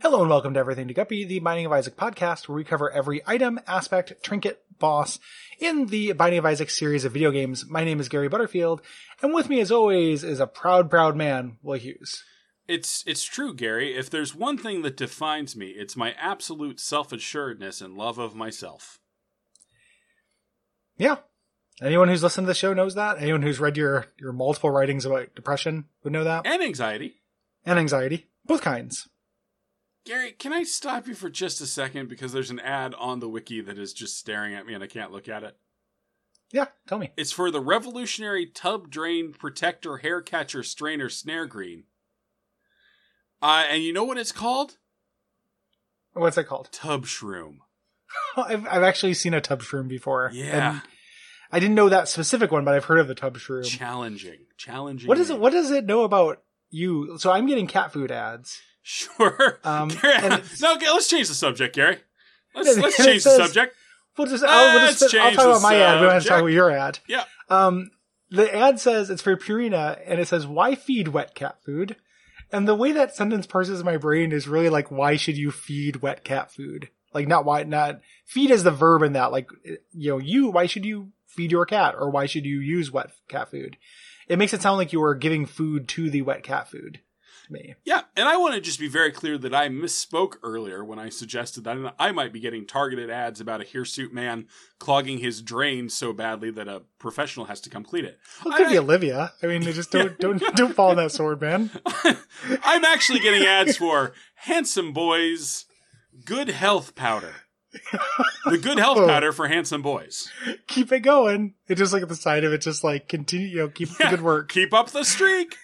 Hello and welcome to Everything to Guppy, the Binding of Isaac podcast, where we cover every item, aspect, trinket, boss in the Binding of Isaac series of video games. My name is Gary Butterfield, and with me, as always, is a proud, proud man, Will Hughes. It's it's true, Gary. If there's one thing that defines me, it's my absolute self-assuredness and love of myself. Yeah. Anyone who's listened to the show knows that. Anyone who's read your, your multiple writings about depression would know that. And anxiety. And anxiety. Both kinds. Gary, can I stop you for just a second because there's an ad on the wiki that is just staring at me and I can't look at it. Yeah, tell me. It's for the revolutionary tub drain protector hair catcher strainer snare green. Uh, and you know what it's called? What's it called? Tub shroom. I've, I've actually seen a tub shroom before. Yeah. And I didn't know that specific one, but I've heard of the tub shroom. Challenging. Challenging. What is it? name. What does it know about you? So I'm getting cat food ads. Sure. Um, Gary, and it's- no, okay, let's change the subject, Gary. Let's, And let's it change says- the subject. We'll just, I'll, we'll Let's just I'll change talk the about my ad. We don't have to talk subject. about your ad. Yeah. Um, the ad says it's for Purina, and it says, "Why feed wet cat food?" And the way that sentence parses my brain is really like, "Why should you feed wet cat food?" Like, not why, not feed is the verb in that. Like, you know, you why should you feed your cat, or why should you use wet cat food? It makes it sound like you are giving food to the wet cat food. to Me, Yeah, and I want to just be very clear that I misspoke earlier when I suggested that I might be getting targeted ads about a hirsute man clogging his drain so badly that a professional has to come clean it. well, it could I- be Olivia. I mean, just don't don't don't fall on that sword, man. I'm actually getting ads for handsome boys, good health powder. The good health Oh. powder for handsome boys. Keep it going. It's just like at the side of it, just like continue. You know, keep up the good work. Keep up the streak.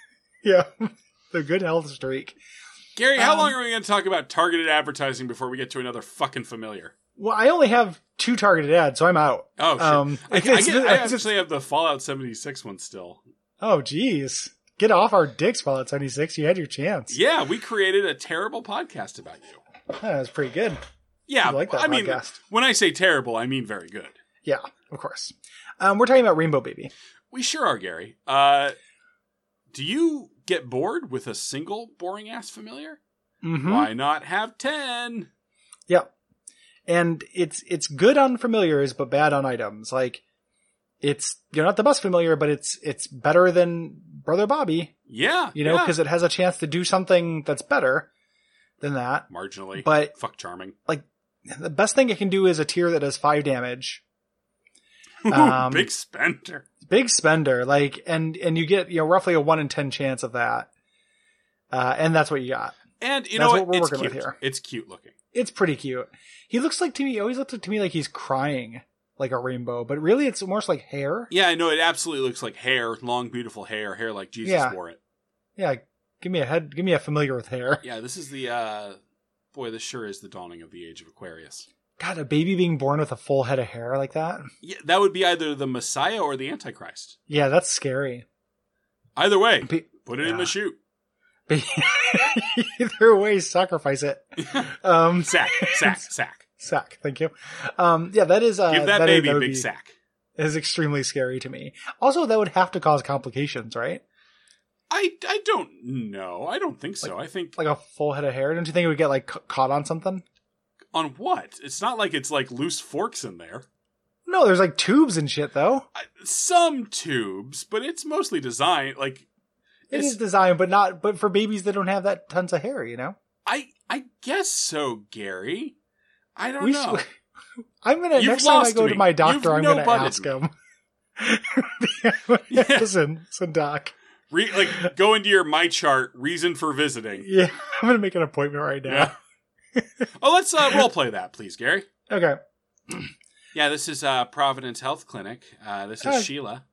Yeah. The good health streak. Gary, how Um, long are we going to talk about targeted advertising before we get to another fucking familiar? Well, I only have two targeted ads, so I'm out. Oh, shit. Um, I, I, it's- it's- get, I it's- actually have the Fallout 76 one still. Oh, geez. Get off our dicks, Fallout 76. You had your chance. Yeah, we created a terrible podcast about you. That was pretty good. Yeah, I like that I mean, podcast. when I say terrible, I mean very good. Yeah, of course. Um, we're talking about Rainbow Baby. We sure are, Gary. Uh, do you get bored with a single boring ass familiar? Mm-hmm. Why not have 10? Yep. And it's it's good on familiars, but bad on items. Like it's you're not the best familiar, but it's it's better than Brother Bobby, Yeah. you know, yeah. because it has a chance to do something that's better than that. marginally. But Fuck charming. the best thing it can do is a tier that does five damage. Um, Big spender. Big spender, like, and and you get you know roughly a one in ten chance of that, uh, and that's what you got. And you that's know what we're It's working cute. with here. It's cute looking. It's pretty cute. He looks like to me. He always looks to me like he's crying, like a rainbow, but really it's more like hair. Yeah, I know. It absolutely looks like hair, long, beautiful hair, hair like Jesus Yeah. wore it. Yeah, give me a head. Give me a familiar with hair. Yeah, this is the, uh, boy, this sure is the dawning of the age of Aquarius. God, a baby being born with a full head of hair like that. Yeah, that would be either the Messiah or the Antichrist. Yeah, that's scary. Either way, Be- put it in Yeah. the chute. But either way, sacrifice it. Um, Sack, sack, sack. sack. Thank you. Um, yeah, that is. Uh, Give that, that is- baby that a would big be- sack. is extremely scary to me. Also, that would have to cause complications, right? I, I don't know. I don't think so. I think Like a full head of hair. Don't you think it would get like ca- caught on something? on what? It's not like it's like loose forks in there. No, there's like tubes and shit though. I, some tubes, but it's mostly designed like It It's- is designed, but not but for babies that don't have that tons of hair, you know. I I guess so, Gary. I don't We know. s- I'm gonna You've next time I lost go to me. my doctor, You've I'm gonna no-butted ask me. him. Yeah. Listen, listen, doc. Re, like go into your my chart reason for visiting. Yeah, I'm gonna make an appointment right now. Yeah. oh, let's uh, role play that, please, Gary. Okay. Yeah, this is uh, Providence Health Clinic. Uh, this is Oh. Sheila.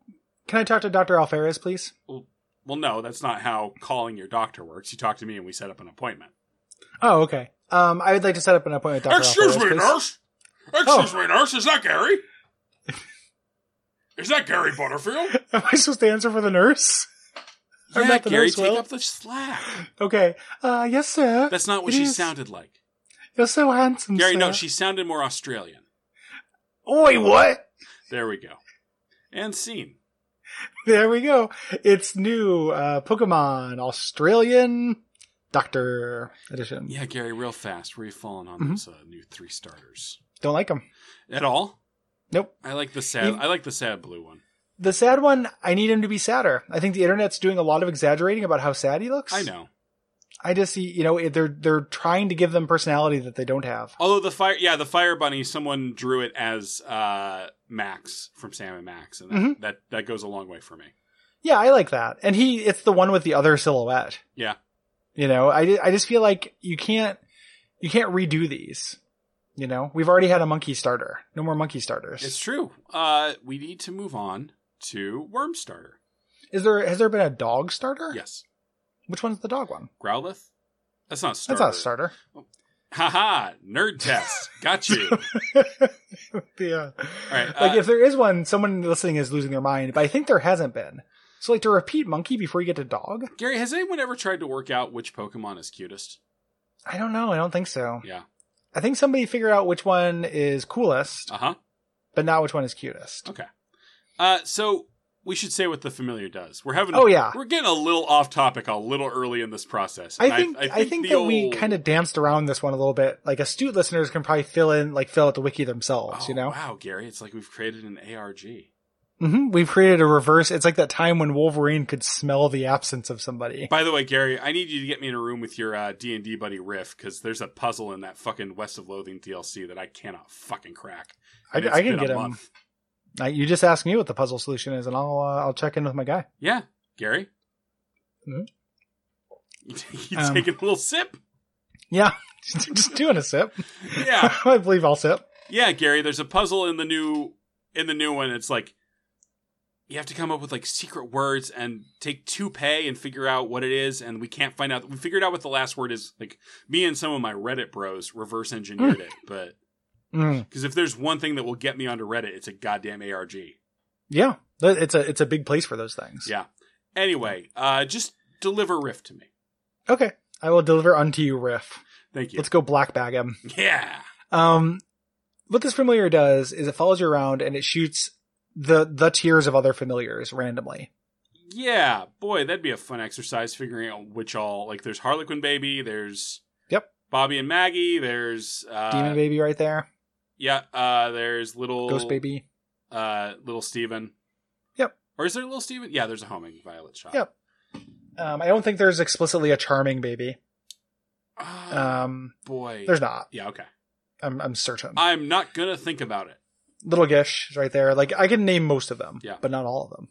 Can I talk to Dr. Alferez, please? Well, no, that's not how calling your doctor works. You talk to me and we set up an appointment. Oh, okay. Um, I would like to set up an appointment with Dr. Excuse Alferez, me, please. Oh. nurse. Excuse me, nurse. Is that Gary? Is that Gary Butterfield? Am I supposed to answer for the nurse? Or yeah, not the Gary, nurse, take Will. up the slack. Okay. Uh, yes, sir. That's not what It she is. sounded like. You're so handsome, Gary, sir. no, she sounded more Australian. Oi, what? There we go. And scene. There we go. It's new. Uh, Pokemon Australian Doctor Edition. Yeah, Gary, real fast. Where are you falling on Mhm. those uh, new three starters Don't like them. at all? Nope. I like the sad. You- I like the sad blue one. The sad one, I need him to be sadder. I think the internet's doing a lot of exaggerating about how sad he looks. I know. I just see, you know, they're they're trying to give them personality that they don't have. Although the fire, yeah, the fire bunny. Someone drew it as uh, Max from Sam and Max, and that, Mhm. that that goes a long way for me. Yeah, I like that. And he, it's the one with the other silhouette. Yeah. You know, I, ju- I just feel like you can't, you can't redo these. You know, we've already had a monkey starter. No more monkey starters. It's true. Uh, we need to move on to Worm Starter. Is there, has there been a dog starter? Yes, Which one's the dog one? Growlithe. That's not a starter. That's not a starter. Haha! Nerd test. Got you. yeah. right, like uh, if there is one, someone listening is losing their mind, but I think there hasn't been. So like to repeat monkey before you get to dog? Gary, has anyone ever tried to work out which Pokemon is cutest? I don't know. I don't think so. Yeah. I think somebody figured out which one is coolest, Uh huh. but not which one is cutest. Uh, so we should say what the familiar does. We're having. Oh yeah. We're getting a little off topic, a little early in this process. I And think I, think the that we old- kind of danced around this one a little bit. Like astute listeners can probably fill in like fill out the wiki themselves, Oh, you know. Wow, Gary, it's like we've created an ARG. hmm We've created a reverse. It's like that time when Wolverine could smell the absence of somebody. By the way, Gary, I need you to get me in a room with your uh, D&D buddy Riff because there's a puzzle in that fucking West of Loathing DLC that I cannot fucking crack. I, And it's I can been a get him. month. I, you just ask me what the puzzle solution is, and I'll uh, I'll check in with my guy. Yeah, Gary. Mhm. You, t- you Um, taking a little sip? Yeah, just doing a sip. Yeah, I believe I'll sip. yeah, Gary. There's a puzzle in the new in the new one. It's like you have to come up with like secret words and take two pay and figure out what it is. And we can't find out. We figured out what the last word is. Like me and some of my Reddit bros reverse engineered it, but Mm, because if there's one thing that will get me onto Reddit, it's a goddamn ARG. yeah, Th- it's a it's a big place for those things. Yeah. Anyway, uh, just deliver Riff to me. Okay, I will deliver unto you, Riff. Thank you. Let's go black bag him. yeah. Um, what this familiar does is it follows you around and it shoots the the tiers of other familiars randomly. Yeah, boy, that'd be a fun exercise figuring out which all like there's Harlequin Baby, there's Yep. Bobby and Maggie, there's uh Demon baby right there, Yeah, uh there's little ghost baby. uh little Steven. Yep. Or is there little Steven? Yeah, there's a homing violet shop. Yep. Um, I don't think there's explicitly a charming baby. Oh, Um, boy. there's not. Yeah, okay. I'm I'm certain. I'm not gonna think about it. Little Gish is right there. Like I can name most of them, Yeah. but not all of them.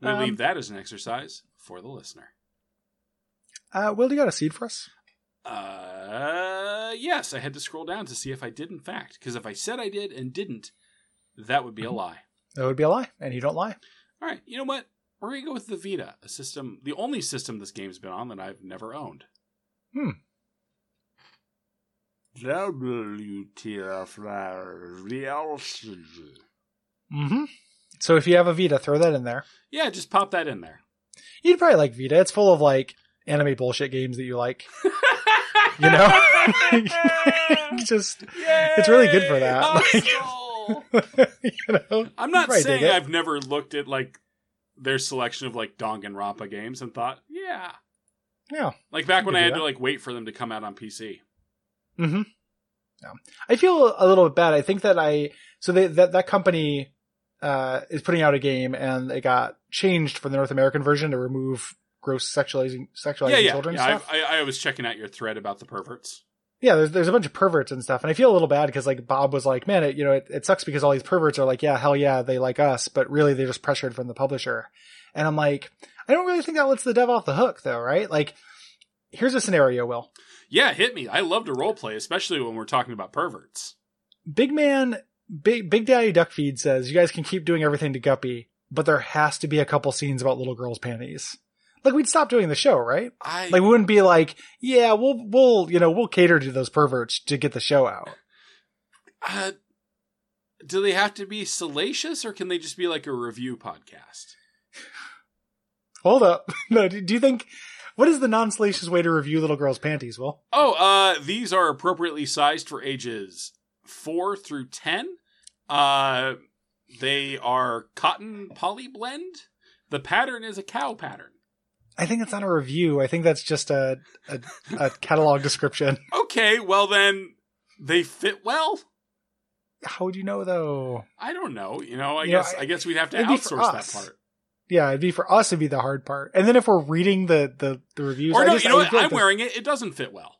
We Um, leave that as an exercise for the listener. Uh, Will, do you got a seed for us? Uh yes, I had to scroll down to see if I did in fact, because if I said I did and didn't, that would be a Mm-hmm. lie. That would be a lie, and you don't lie. All right, you know what? We're gonna go with the Vita, a system, the only system this game's been on that I've never owned. Hmm. WTF Mm-hmm. So if you have a Vita, throw that in there. Yeah, just pop that in there. You'd probably like Vita. It's full of like anime bullshit games that you like. You know? Just it's really good for that. Hostile! you know. I'm You not probably dig saying it. I've never looked at like their selection of like Danganronpa games and thought, yeah, Yeah. like back when could do I had that. to like wait for them to come out on PC. Mm-hmm. Yeah. I feel a little bit bad. I think that I so they, that that company uh, is putting out a game and it got changed for the North American version to remove gross sexualizing sexualizing yeah, yeah. children yeah stuff. I, I, I was checking out your thread about the perverts. yeah, there's there's a bunch of perverts and stuff, and I feel a little bad because like Bob was like, man, it you know it, it sucks because all these perverts are like, yeah, hell yeah, they like us, but really they're just pressured from the publisher, and I'm like, I don't really think that lets the dev off the hook though, right? Like, here's a scenario, Will. Yeah, hit me. I love to roleplay, especially when we're talking about perverts. Big Man, Big Big Daddy Duckfeed says you guys can keep doing everything to Guppy, but there has to be a couple scenes about little girls' panties. Like we'd stop doing the show, right? I Like we wouldn't be like, yeah, we'll we'll you know we'll cater to those perverts to get the show out. uh, do they have to be salacious, or can they just be like a review podcast? Hold up, no, do, do you think what is the non-salacious way to review little girls' panties? Well, Oh, uh, these are appropriately sized for ages four through ten. Uh, they are cotton poly blend. The pattern is a cow pattern. I think it's not a review. I think that's just a a, a catalog description. Okay, well then they fit well. How would you know though? I don't know. You know, I You know, guess I, guess we'd have to it'd be for outsource that us. part. Yeah, it'd be for us. It'd be the hard part. And then if we're reading the the, the reviews, Or I no, just- you know I what? feel like I'm the- wearing it. It doesn't fit well.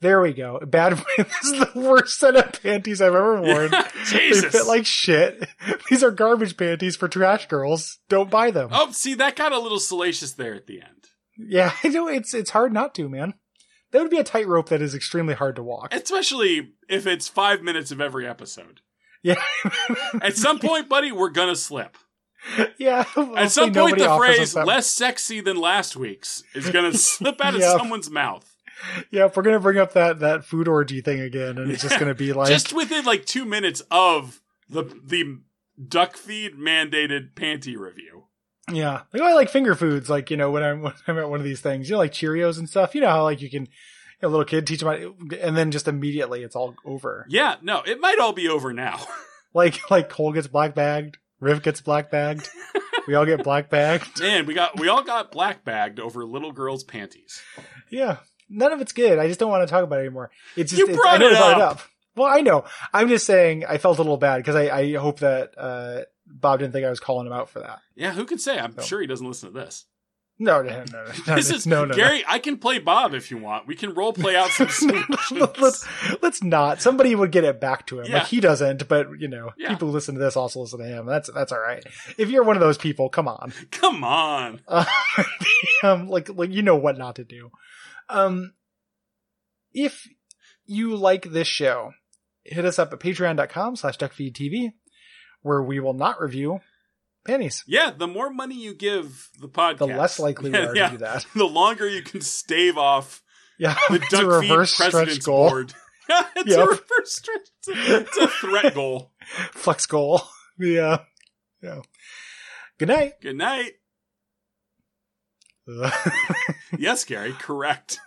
There we go. Bad. this is the worst set of panties I've ever worn. Jesus. They fit like shit. These are garbage panties for trash girls. Don't buy them. oh, see, that got a little salacious there at the end. Yeah, I know it's it's hard not to, man. That would be a tightrope that is extremely hard to walk. Especially if it's five minutes of every episode. Yeah, At some point, buddy, we're gonna slip. yeah. At some point, the phrase "less sexy than last week's" is gonna slip out of Yep. someone's mouth. Yeah, we're gonna bring up that that food orgy thing again, and it's just gonna be like, just within like two minutes of the the duck feed mandated panty review. yeah, like oh, I like finger foods. Like you know, when I'm when I'm at one of these things, you know, like Cheerios and stuff. You know how like you can a little kid teach them, how- and then just immediately it's all over. Yeah, no, it might all be over now. Like like Cole gets black bagged, Riv gets black bagged, we all get black bagged. Man, we got we all got black bagged over little girls' panties. Yeah. None of it's good. I just don't want to talk about it anymore. It's just You it's, brought I know it I brought it up. up. Well, I know. I'm just saying I felt a little bad because I, I hope that uh, Bob didn't think I was calling him out for that. Yeah, who can say? I'm No. sure he doesn't listen to this. No, no, no, no. no this is no, no, Gary. I can play Bob if you want. We can role play out some No. solutions. let's let's not. Somebody would get it back to him. Yeah. Like he doesn't, but you know, Yeah. people who listen to this also listen to him. That's that's all right. If you're one of those people, come on. Come on. Uh, um, like, like you know what not to do. Um, if you like this show, hit us up at patreon.com slash duckfeedtv, where we will not review panties. Yeah, the more money you give the podcast, The less likely we Yeah, are yeah. to do that. The longer you can stave off Yeah, the it's a duck feed reverse president's stretch goal, board. it's a Yep. reverse stretch. It's a, it's a threat goal. flex goal. Yeah, yeah. Good night. Good night. Yes, Gary. Correct.